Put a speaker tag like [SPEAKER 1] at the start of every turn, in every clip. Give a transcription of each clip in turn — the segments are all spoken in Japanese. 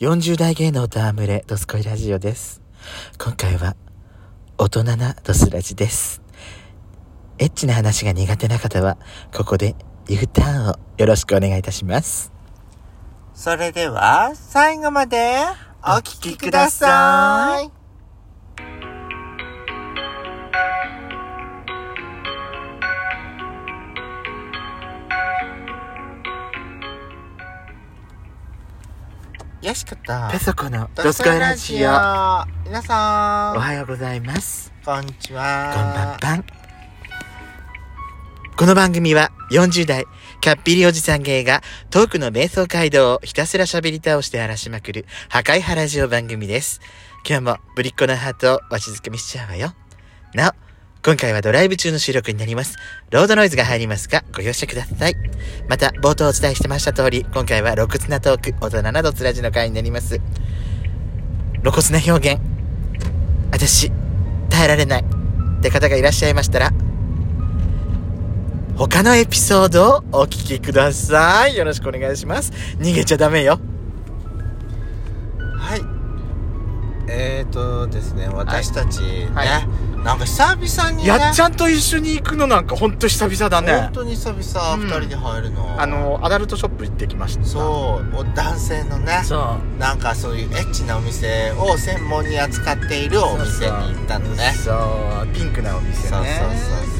[SPEAKER 1] 40代芸能とあむれ、ドスコイラジオです。今回は、大人なドスラジです。エッチな話が苦手な方は、ここで U ターンをよろしくお願いいたします。
[SPEAKER 2] それでは、最後まで、お聞きください。よしこと、
[SPEAKER 1] ペソコのドスコイラジオ。おは
[SPEAKER 2] ラジオ。皆さん、
[SPEAKER 1] ようございます。
[SPEAKER 2] こんにち
[SPEAKER 1] こんばん
[SPEAKER 2] は。
[SPEAKER 1] ばん。この番組は40代、キャッピリおじさん芸がトークの瞑想街道をひたすら喋り倒して荒らしまくる破壊ハラジオ番組です。今日もぶりっ子のハートをわしづかみしちゃうわよ。なお、今回はドライブ中の収録になります。ロードノイズが入りますがご容赦ください。また、冒頭お伝えしてました通り、今回は露骨なトーク、大人などつらじの回になります。露骨な表現。私、耐えられない。って方がいらっしゃいましたら、他のエピソードをお聞きください。よろしくお願いします。逃げちゃダメよ。
[SPEAKER 2] はい。えーとですね、私たちね、
[SPEAKER 1] はい
[SPEAKER 2] なんか久々にね、
[SPEAKER 3] やっちゃんと一緒に行くのなんかほんと久々だね
[SPEAKER 2] 本当に久々、
[SPEAKER 3] うん
[SPEAKER 2] 二人で入るの。
[SPEAKER 3] あのアダルトショップ行ってきました
[SPEAKER 2] そうお男性のね
[SPEAKER 3] そ
[SPEAKER 2] なんかそういうエッチなお店を専門に扱っているお店に行ったのね
[SPEAKER 3] そうピンクなお
[SPEAKER 2] そう
[SPEAKER 3] 店
[SPEAKER 2] そうそう
[SPEAKER 3] ね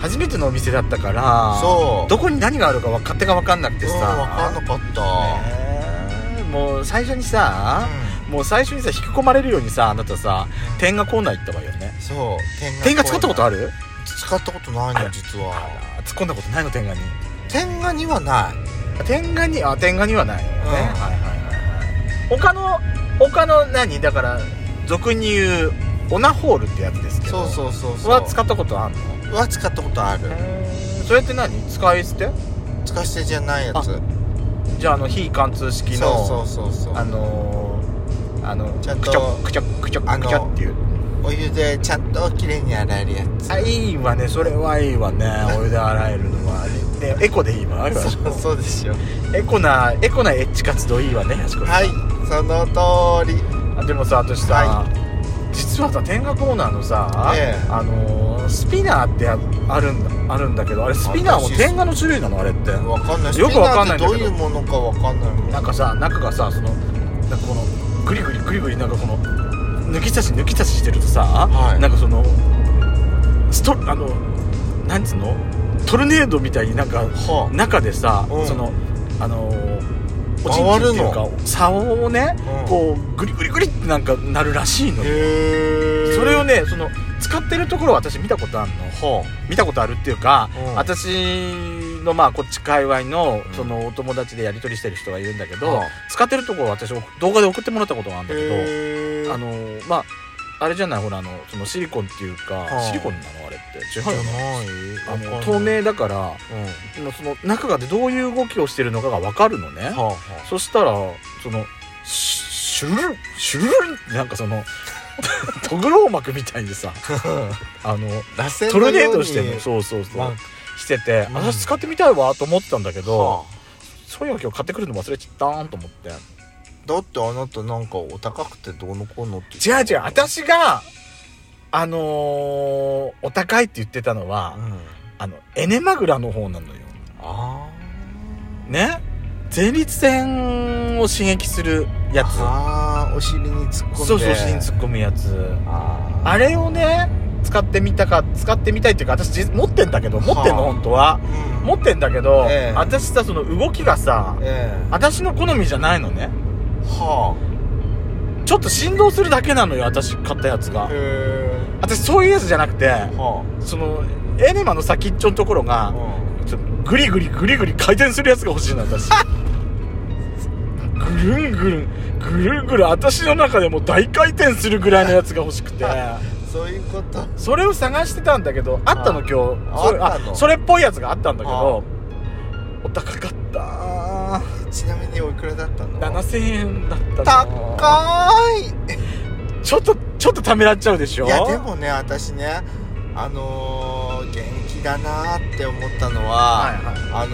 [SPEAKER 3] 初めてのお店だったから
[SPEAKER 2] そうそうそう
[SPEAKER 3] どこに何があるかわ勝手が分かんなくて
[SPEAKER 2] うん
[SPEAKER 3] さ
[SPEAKER 2] 分かんなかった、
[SPEAKER 3] ねえもう最初にさ、もう最初にさ引き込まれるようにさあなたさ
[SPEAKER 2] うん
[SPEAKER 3] 天下コーナー行ったわよね
[SPEAKER 2] そう
[SPEAKER 3] 天下使ったことあ
[SPEAKER 2] る
[SPEAKER 3] る
[SPEAKER 2] 使ったことないの実
[SPEAKER 3] あ
[SPEAKER 2] は
[SPEAKER 3] ら突っ込んだことないの天下に
[SPEAKER 2] 天下にはない
[SPEAKER 3] 天下にあ天下にはないのね、
[SPEAKER 2] うん
[SPEAKER 3] はいはいはいはい他の他の何だから俗に言うオナホールってやつですけ
[SPEAKER 2] そ
[SPEAKER 3] ど
[SPEAKER 2] うそうそうそう
[SPEAKER 3] は使ったことあんの
[SPEAKER 2] は使ったことある
[SPEAKER 3] それって何使い捨て
[SPEAKER 2] 使い捨てじゃないやつそう
[SPEAKER 3] じゃああの非貫通式の
[SPEAKER 2] そうそうそう
[SPEAKER 3] あのー、あの
[SPEAKER 2] ちゃんと
[SPEAKER 3] くちょくちょくちょ
[SPEAKER 2] あの
[SPEAKER 3] くちょっていう
[SPEAKER 2] お湯でちゃんときれいに洗えるやつ
[SPEAKER 3] あいいわねそれはいいわねお湯で洗えるのはねエコでいいわ
[SPEAKER 2] そうそうでしょ
[SPEAKER 3] エコなエコなエッチ活動いいわねやしこさん
[SPEAKER 2] はいその通り
[SPEAKER 3] あでもさ私さ、
[SPEAKER 2] は
[SPEAKER 3] 実はさ天下コーナーのさ、
[SPEAKER 2] ええ
[SPEAKER 3] あのースピナーってああるんだあるんだけどあれスピナーも
[SPEAKER 2] 私
[SPEAKER 3] 天下の種類なのあれって
[SPEAKER 2] わかんない
[SPEAKER 3] よくわかんないんだ
[SPEAKER 2] どう
[SPEAKER 3] けど
[SPEAKER 2] いうものかわかんないもん
[SPEAKER 3] なんかさ中がさそのなんかこのグリグリグリグリなんかこの抜き差し抜き差ししてるとさ、
[SPEAKER 2] い
[SPEAKER 3] なんかそのストあのなんつうのトルネードみたいになんか
[SPEAKER 2] は
[SPEAKER 3] 中でさ、
[SPEAKER 2] うん
[SPEAKER 3] そのあのーおちん
[SPEAKER 2] 回
[SPEAKER 3] ちん
[SPEAKER 2] るの
[SPEAKER 3] っていうか竿をね、
[SPEAKER 2] うん
[SPEAKER 3] こうグリグリグリってなんかなるらしいのよ
[SPEAKER 2] へえ
[SPEAKER 3] それをねその使ってるところは私見たことあるの
[SPEAKER 2] は
[SPEAKER 3] 見たことあるっていうか、
[SPEAKER 2] うん
[SPEAKER 3] 私のまあこっち界隈の
[SPEAKER 2] うん
[SPEAKER 3] そのお友達でやり取りしてる人がいるんだけど、
[SPEAKER 2] うん
[SPEAKER 3] 使ってるところは私動画で送ってもらったことがあるんだけ
[SPEAKER 2] へ
[SPEAKER 3] ど
[SPEAKER 2] あ
[SPEAKER 3] あ
[SPEAKER 2] の
[SPEAKER 3] のまああれじゃないほらあのそのシリコンっていうか、
[SPEAKER 2] はあ
[SPEAKER 3] シリコンなのあれって違
[SPEAKER 2] じゃ
[SPEAKER 3] うよねあ
[SPEAKER 2] ない
[SPEAKER 3] の透明だか
[SPEAKER 2] う
[SPEAKER 3] ら
[SPEAKER 2] んは
[SPEAKER 3] もうその中がでどういう動きをしてるのかが分かるのね
[SPEAKER 2] あは
[SPEAKER 3] そしたらそのシュシュルンシュルルンってなんかその トグロー膜みたい にさあの
[SPEAKER 2] あ螺旋
[SPEAKER 3] ト
[SPEAKER 2] の
[SPEAKER 3] ルネ
[SPEAKER 2] よ
[SPEAKER 3] ー
[SPEAKER 2] う
[SPEAKER 3] ド
[SPEAKER 2] に
[SPEAKER 3] してるのそうそうそう、
[SPEAKER 2] ま
[SPEAKER 3] してて、
[SPEAKER 2] うん
[SPEAKER 3] 私使ってみたいわと思ってたんだけ
[SPEAKER 2] あ
[SPEAKER 3] ど、
[SPEAKER 2] は
[SPEAKER 3] そういえば今日買ってくるの忘れちゃったーんと思って
[SPEAKER 2] あだってあなたなんかお高くてどうのこうのって
[SPEAKER 3] 違う違う私があのーお高いって言ってたのは、
[SPEAKER 2] うん
[SPEAKER 3] あのエネマグラの方なのよ
[SPEAKER 2] あ
[SPEAKER 3] ね前立腺を刺激する
[SPEAKER 2] ー
[SPEAKER 3] やつ
[SPEAKER 2] あーお尻に突っ込んで
[SPEAKER 3] そうそう芯突っ込むやつ
[SPEAKER 2] あー
[SPEAKER 3] あれをね使ってみたか使ってみたいっていうか私実持ってんだけど持ってんの
[SPEAKER 2] はあ
[SPEAKER 3] 本当は
[SPEAKER 2] うん
[SPEAKER 3] 持ってんだけど、
[SPEAKER 2] ええ
[SPEAKER 3] 私さその動きがさ
[SPEAKER 2] ええ
[SPEAKER 3] 私の好みじゃないのね
[SPEAKER 2] は
[SPEAKER 3] ちょっと振動するだけなのよ私買ったやつ
[SPEAKER 2] あ
[SPEAKER 3] が
[SPEAKER 2] へえ
[SPEAKER 3] 私そういうやつじゃなくて
[SPEAKER 2] は
[SPEAKER 3] そのエネマの先っちょのところ
[SPEAKER 2] あう
[SPEAKER 3] が
[SPEAKER 2] ん
[SPEAKER 3] ちょっとグリグリグリグリ回転するやつが欲しいの私ぐるんぐるんぐるんぐるん私の中でもう大回転するぐらいのやつが欲しくて
[SPEAKER 2] そういうこと
[SPEAKER 3] それを探してたんだけどあったの今日
[SPEAKER 2] あ
[SPEAKER 3] それ
[SPEAKER 2] あったの
[SPEAKER 3] それっぽいやつがあったんだけ
[SPEAKER 2] ああ
[SPEAKER 3] どお高かった
[SPEAKER 2] ちなみにおいくらだったの
[SPEAKER 3] 7000円だったの
[SPEAKER 2] 高い
[SPEAKER 3] ちょっとちょっとためらっちゃうでしょ
[SPEAKER 2] いやでもね私ねあのー、元気だなって思ったのは、
[SPEAKER 3] はいはい
[SPEAKER 2] あ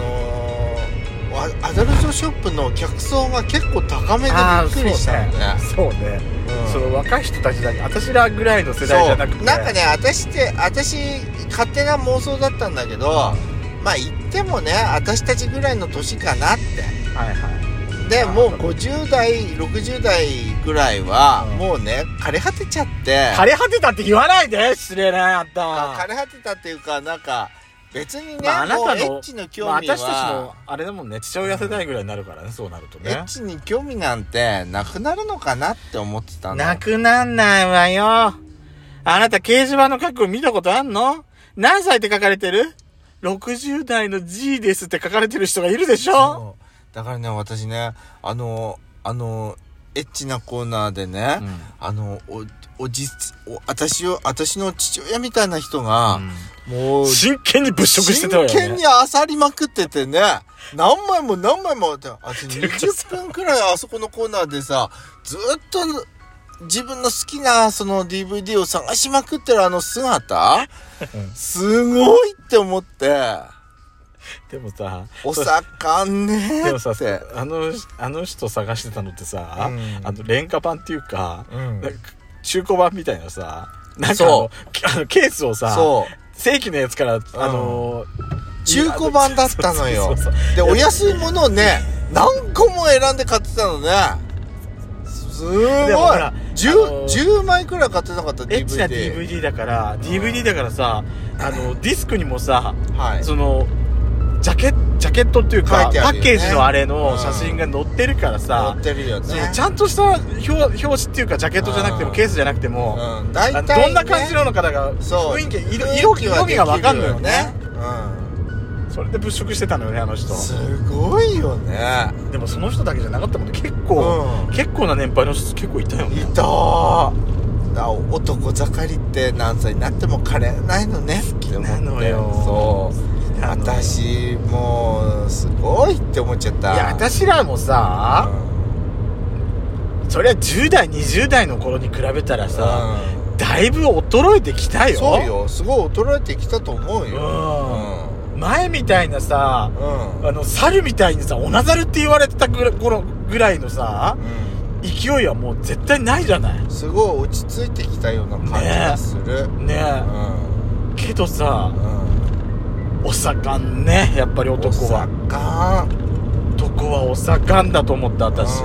[SPEAKER 2] のー、あアダルトショップの客層が結構高めでび
[SPEAKER 3] あー
[SPEAKER 2] っくりしたよね
[SPEAKER 3] そうね、
[SPEAKER 2] うん
[SPEAKER 3] その若い人たちだけ私らぐらいの世代じゃなく
[SPEAKER 2] そ
[SPEAKER 3] て
[SPEAKER 2] うなんかね私って私勝手な妄想だったんだけどまあ言ってもね私たちぐらいの年かなって
[SPEAKER 3] はいはい
[SPEAKER 2] で
[SPEAKER 3] あー
[SPEAKER 2] もう50代60代ぐらいは
[SPEAKER 3] うん
[SPEAKER 2] もうね枯れ果てちゃって
[SPEAKER 3] 枯れ果てたって言わないで失礼なあんた、
[SPEAKER 2] あ枯れ果てたっていうかなんか別にね、
[SPEAKER 3] まああな
[SPEAKER 2] もう
[SPEAKER 3] た
[SPEAKER 2] エ
[SPEAKER 3] の
[SPEAKER 2] ッチの興
[SPEAKER 3] まあ、
[SPEAKER 2] 味は、
[SPEAKER 3] 私たちのあれだもんね父親世代ぐらいになるからねそうなると
[SPEAKER 2] エ
[SPEAKER 3] ね
[SPEAKER 2] ッチに興味なんてなくなるのかなって思ってたの
[SPEAKER 3] なくなんないわよあなた掲示板の書く見たことあんの何歳って書かれてる ?60 代の G ですって書かれてる人がいるでしょ、
[SPEAKER 2] そうだからね私ねあのあのエッチなコーナーでね、
[SPEAKER 3] うん
[SPEAKER 2] あのおおじお私を私の父親みたいな人が、もう
[SPEAKER 3] 真剣に物色してたわよ、ね、
[SPEAKER 2] 真剣に漁りまくっててね何枚も何枚もって私
[SPEAKER 3] ていうかさ
[SPEAKER 2] 20分くらいあそこのコーナーでさずっと自分の好きなその DVD を探しまくってるあの姿
[SPEAKER 3] うん
[SPEAKER 2] すごいって思って
[SPEAKER 3] でもさ
[SPEAKER 2] お魚ね
[SPEAKER 3] で
[SPEAKER 2] ー
[SPEAKER 3] もさ
[SPEAKER 2] って。
[SPEAKER 3] あのあの人探してたのってさ、
[SPEAKER 2] うん
[SPEAKER 3] あの廉価版っていうか,、
[SPEAKER 2] うん
[SPEAKER 3] なんか中古版みたいなさなんかあ
[SPEAKER 2] そ
[SPEAKER 3] のあのケースをさ
[SPEAKER 2] そう
[SPEAKER 3] 正規のやつから、あの
[SPEAKER 2] 中古版だったのよ
[SPEAKER 3] そうそうそう
[SPEAKER 2] でお安いものをね何個も選んで買ってたのねすごい
[SPEAKER 3] でもほら
[SPEAKER 2] 10,
[SPEAKER 3] の
[SPEAKER 2] 10枚くらい買ってなかった
[SPEAKER 3] エッチな
[SPEAKER 2] DVD
[SPEAKER 3] DVD だから、DVD だからさあのディスクにもさ
[SPEAKER 2] はい
[SPEAKER 3] そのジャケジャケットっていう
[SPEAKER 2] 書
[SPEAKER 3] か、
[SPEAKER 2] いてあ
[SPEAKER 3] パ
[SPEAKER 2] るよね
[SPEAKER 3] ッケージのあれ
[SPEAKER 2] う
[SPEAKER 3] の
[SPEAKER 2] ん
[SPEAKER 3] 写真が載ってるからさ
[SPEAKER 2] 持っ、てるよね
[SPEAKER 3] そうちゃんとした表表紙っていうかジャケットじゃなくても、
[SPEAKER 2] うん
[SPEAKER 3] ケースじゃなくても、
[SPEAKER 2] うん大
[SPEAKER 3] あの
[SPEAKER 2] 体ね
[SPEAKER 3] どんな感じなのかだが
[SPEAKER 2] そう
[SPEAKER 3] 雰囲気色色気色味が分かんのよね
[SPEAKER 2] うん
[SPEAKER 3] それで物色してたのよねあの人
[SPEAKER 2] すごいよね
[SPEAKER 3] でもその人だけじゃなかったもんね結構、
[SPEAKER 2] うん
[SPEAKER 3] 結構な年配の人結構いたよ
[SPEAKER 2] い
[SPEAKER 3] ね
[SPEAKER 2] たーだ男盛りって何歳になっても枯れないのねって思って
[SPEAKER 3] なのよ
[SPEAKER 2] そう
[SPEAKER 3] なのよ
[SPEAKER 2] 私もうすごいって思っちゃった
[SPEAKER 3] いや私らもさ、そりゃ10代20代の頃に比べたらさ、
[SPEAKER 2] さ、うん
[SPEAKER 3] だいぶ衰えてきたよ
[SPEAKER 2] そうよすごい衰えてきたと思うよ
[SPEAKER 3] うん前みたいなさ
[SPEAKER 2] うんうん
[SPEAKER 3] あの猿みたいにさおなざるって言われてたぐら頃ぐらいのさ勢いはもう絶対ないじゃない
[SPEAKER 2] すごい落ち着いてきたような感じがする、
[SPEAKER 3] ね
[SPEAKER 2] う
[SPEAKER 3] え
[SPEAKER 2] ん
[SPEAKER 3] けどさ
[SPEAKER 2] うん
[SPEAKER 3] お盛んねやっぱり男は
[SPEAKER 2] か
[SPEAKER 3] 男はお盛んだと思った私、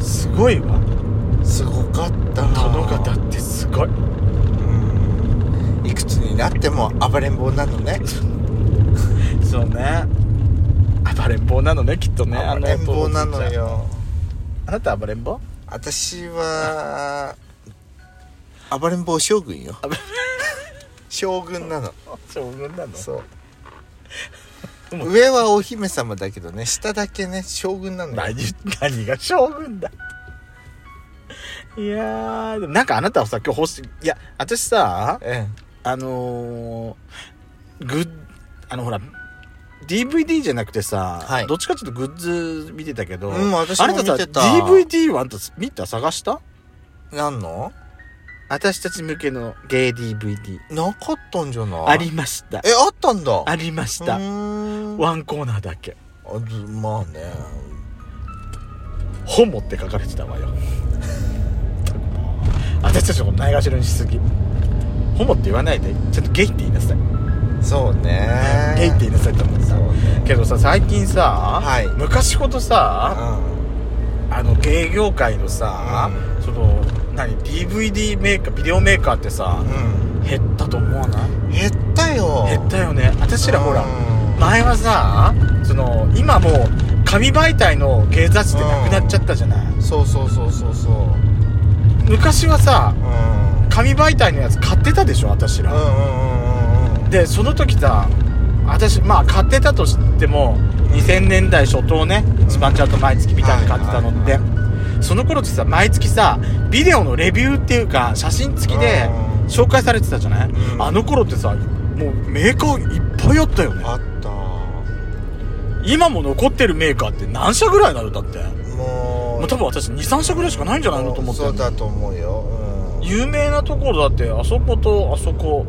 [SPEAKER 3] すごいわ
[SPEAKER 2] すごかった
[SPEAKER 3] 殿方ってすごい
[SPEAKER 2] うんいくつになっても暴れん坊なのね
[SPEAKER 3] そうね暴れん坊なのねきっとね
[SPEAKER 2] 暴れん坊なの
[SPEAKER 3] あおじいちゃん
[SPEAKER 2] よ
[SPEAKER 3] あなた暴れん坊
[SPEAKER 2] 私は暴れん坊将軍 よ将軍なの
[SPEAKER 3] 将軍なの
[SPEAKER 2] そう
[SPEAKER 3] でも
[SPEAKER 2] 上はお姫様だけどね下だけね将軍なのよ
[SPEAKER 3] 何何が将軍だ いやーでもなんかあなたはさ今日欲しいや私さ
[SPEAKER 2] え
[SPEAKER 3] あのー、グッあのほら DVD じゃなくてさ、
[SPEAKER 2] はい
[SPEAKER 3] どっちかっていうとグッズ見てたけど、
[SPEAKER 2] うん私も
[SPEAKER 3] あなたさ
[SPEAKER 2] 見てた
[SPEAKER 3] DVD はあんた見た探した
[SPEAKER 2] えなんの
[SPEAKER 3] 私たち向けのゲイ DVD
[SPEAKER 2] なかったんじゃない
[SPEAKER 3] ありました
[SPEAKER 2] えあったんだ
[SPEAKER 3] ありました
[SPEAKER 2] うーん
[SPEAKER 3] ワンコーナーだけ
[SPEAKER 2] あずまあね
[SPEAKER 3] 「ホモ」って書かれてたわよ 私たちのことないがしろにしすぎホモって言わないでちゃんとゲイって言いなさい
[SPEAKER 2] そうね
[SPEAKER 3] ゲイって言いなさいと思って
[SPEAKER 2] そ
[SPEAKER 3] た
[SPEAKER 2] うね
[SPEAKER 3] けどさ最近さ、
[SPEAKER 2] はい
[SPEAKER 3] 昔ほどさ、
[SPEAKER 2] う
[SPEAKER 3] あの芸業界のさ、その何 DVD メーカービデオメーカーってさ、
[SPEAKER 2] ん
[SPEAKER 3] 減ったと思わない
[SPEAKER 2] うん減ったよ
[SPEAKER 3] 減ったよね私らほら、
[SPEAKER 2] うん
[SPEAKER 3] 前はさその今もう紙媒体の芸雑誌ってなくなっちゃったじゃない、
[SPEAKER 2] そうそうそうそうそう
[SPEAKER 3] 昔はさ
[SPEAKER 2] うん
[SPEAKER 3] 紙媒体のやつ買ってたでしょ私
[SPEAKER 2] うんうんう
[SPEAKER 3] ら、
[SPEAKER 2] んうん
[SPEAKER 3] でその時さ私まあ買ってたとしても2000年代初頭ねスパンチャート毎月みたいに買ってたのって、
[SPEAKER 2] はい
[SPEAKER 3] その頃ってさ毎月さビデオのレビューっていうか写真付きで
[SPEAKER 2] うん
[SPEAKER 3] 紹介されてたじゃない、
[SPEAKER 2] うん
[SPEAKER 3] あの頃ってさもうメーカーいっぱいあったよね
[SPEAKER 2] あった
[SPEAKER 3] 今も残ってるメーカーって何社ぐらいなのだって
[SPEAKER 2] もう
[SPEAKER 3] もう多分私23社ぐらいしかないんじゃないのと思って
[SPEAKER 2] そうだと思うようん
[SPEAKER 3] 有名なところだってあそことあそこ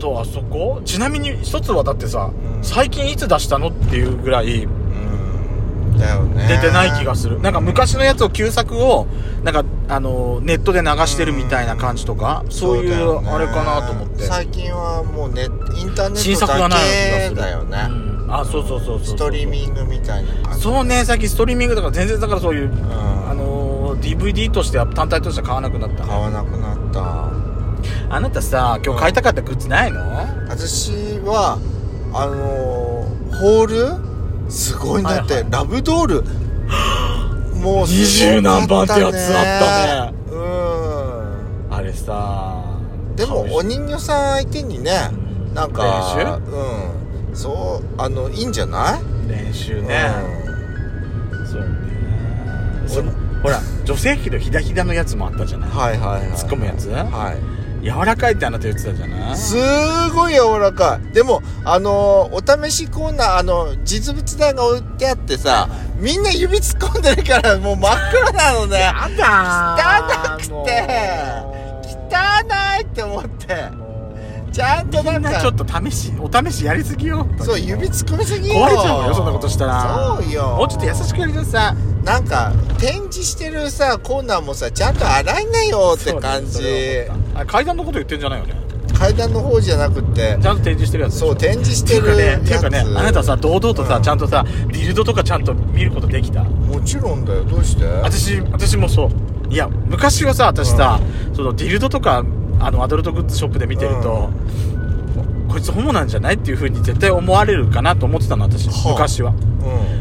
[SPEAKER 3] とあそこちなみに一つはだってさ、
[SPEAKER 2] うん
[SPEAKER 3] 最近いつ出したのっていうぐらい
[SPEAKER 2] うんだよね
[SPEAKER 3] 出てない気がする。なんか昔のやつを、旧作を、なんか、あの、ネットで流してるみたいな感じとか、そうい
[SPEAKER 2] だよ
[SPEAKER 3] う、
[SPEAKER 2] ね
[SPEAKER 3] あれかなと思って。
[SPEAKER 2] 最近はもうねインターネ
[SPEAKER 3] 新
[SPEAKER 2] ット
[SPEAKER 3] 作
[SPEAKER 2] だ
[SPEAKER 3] がないような気が
[SPEAKER 2] け
[SPEAKER 3] する。
[SPEAKER 2] だよね
[SPEAKER 3] うんあ、そうそうそうそう。
[SPEAKER 2] ストリーミングみたいな感じ
[SPEAKER 3] そうね、最近ストリーミングとか全然だからそういう、
[SPEAKER 2] うん
[SPEAKER 3] あのー、DVD としては単体としては買わなくなった。
[SPEAKER 2] 買わなくなった
[SPEAKER 3] あなたさ、今日買いたかったグッズないの、
[SPEAKER 2] 私はあのーホールすごいんだって、
[SPEAKER 3] はいはい
[SPEAKER 2] ラブド ールもう
[SPEAKER 3] 二
[SPEAKER 2] す
[SPEAKER 3] 十
[SPEAKER 2] ごか
[SPEAKER 3] 何番ってやつあったね
[SPEAKER 2] うん
[SPEAKER 3] あれさ、
[SPEAKER 2] でもお
[SPEAKER 3] に
[SPEAKER 2] 人形さん相手にねなんか
[SPEAKER 3] 練
[SPEAKER 2] うんそうあのいいんじゃない
[SPEAKER 3] 練習ね。そうね。その
[SPEAKER 2] 俺
[SPEAKER 3] ほら、女性器のひだひだのやつもあったじゃな
[SPEAKER 2] う
[SPEAKER 3] い
[SPEAKER 2] ん、はいはいはい
[SPEAKER 3] 突っ込むやつ
[SPEAKER 2] はい
[SPEAKER 3] 柔らかいってあなた言ってたじゃない
[SPEAKER 2] すごい柔らかいでもあのーお試しコーナーあの実物大が置いてあってさみんな指突っ込んでるからもう真っ暗なのね汚
[SPEAKER 3] だ
[SPEAKER 2] くて
[SPEAKER 3] て
[SPEAKER 2] 汚いって思ってちゃんと
[SPEAKER 3] み
[SPEAKER 2] なんん
[SPEAKER 3] な
[SPEAKER 2] か
[SPEAKER 3] ちょっと試しお試しやりすぎよ
[SPEAKER 2] そう指突っ込みすぎよ
[SPEAKER 3] 壊れちゃうよそんなことしたら
[SPEAKER 2] そうよ
[SPEAKER 3] もうちょっと優しくやりなさい
[SPEAKER 2] なんか展示してるさコーナーもさちゃんと洗いなよって感じ、
[SPEAKER 3] そうだねそれは思ったあ階段のこと言ってんじゃないよね
[SPEAKER 2] 階段の方じゃなくて
[SPEAKER 3] ちゃんと展示してるやつでしょ
[SPEAKER 2] そう展示して
[SPEAKER 3] て
[SPEAKER 2] る
[SPEAKER 3] ね
[SPEAKER 2] や
[SPEAKER 3] ていう
[SPEAKER 2] つ
[SPEAKER 3] かねあなたさ堂々とさ、
[SPEAKER 2] うん
[SPEAKER 3] ちゃんとさディルドとかちゃんと見ることできた
[SPEAKER 2] もちろんだよどうして
[SPEAKER 3] 私私もそういや昔はさ私さ、そのディルドとかあのアドルトグッズショップで見てると、こいつホモなんじゃないっていうふうに絶対思われるかなと思ってたの私、
[SPEAKER 2] はあ
[SPEAKER 3] 昔は
[SPEAKER 2] う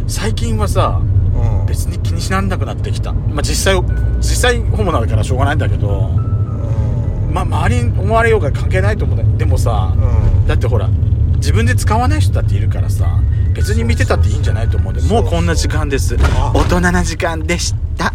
[SPEAKER 3] 最近はさ
[SPEAKER 2] んうん
[SPEAKER 3] 別に気にしなんなくなってきた、まあ、実際実際ホモなんだからしょうがないんだけど
[SPEAKER 2] うん
[SPEAKER 3] まあ周りに思われようが関係ないと思うんだけどでもさ、
[SPEAKER 2] うん
[SPEAKER 3] だってほら自分で使わない人だっているからさ別に見てたっていいんじゃないと思うんで
[SPEAKER 2] そうそう
[SPEAKER 3] もうこんな時間です
[SPEAKER 2] あ
[SPEAKER 1] 大人な時間でした。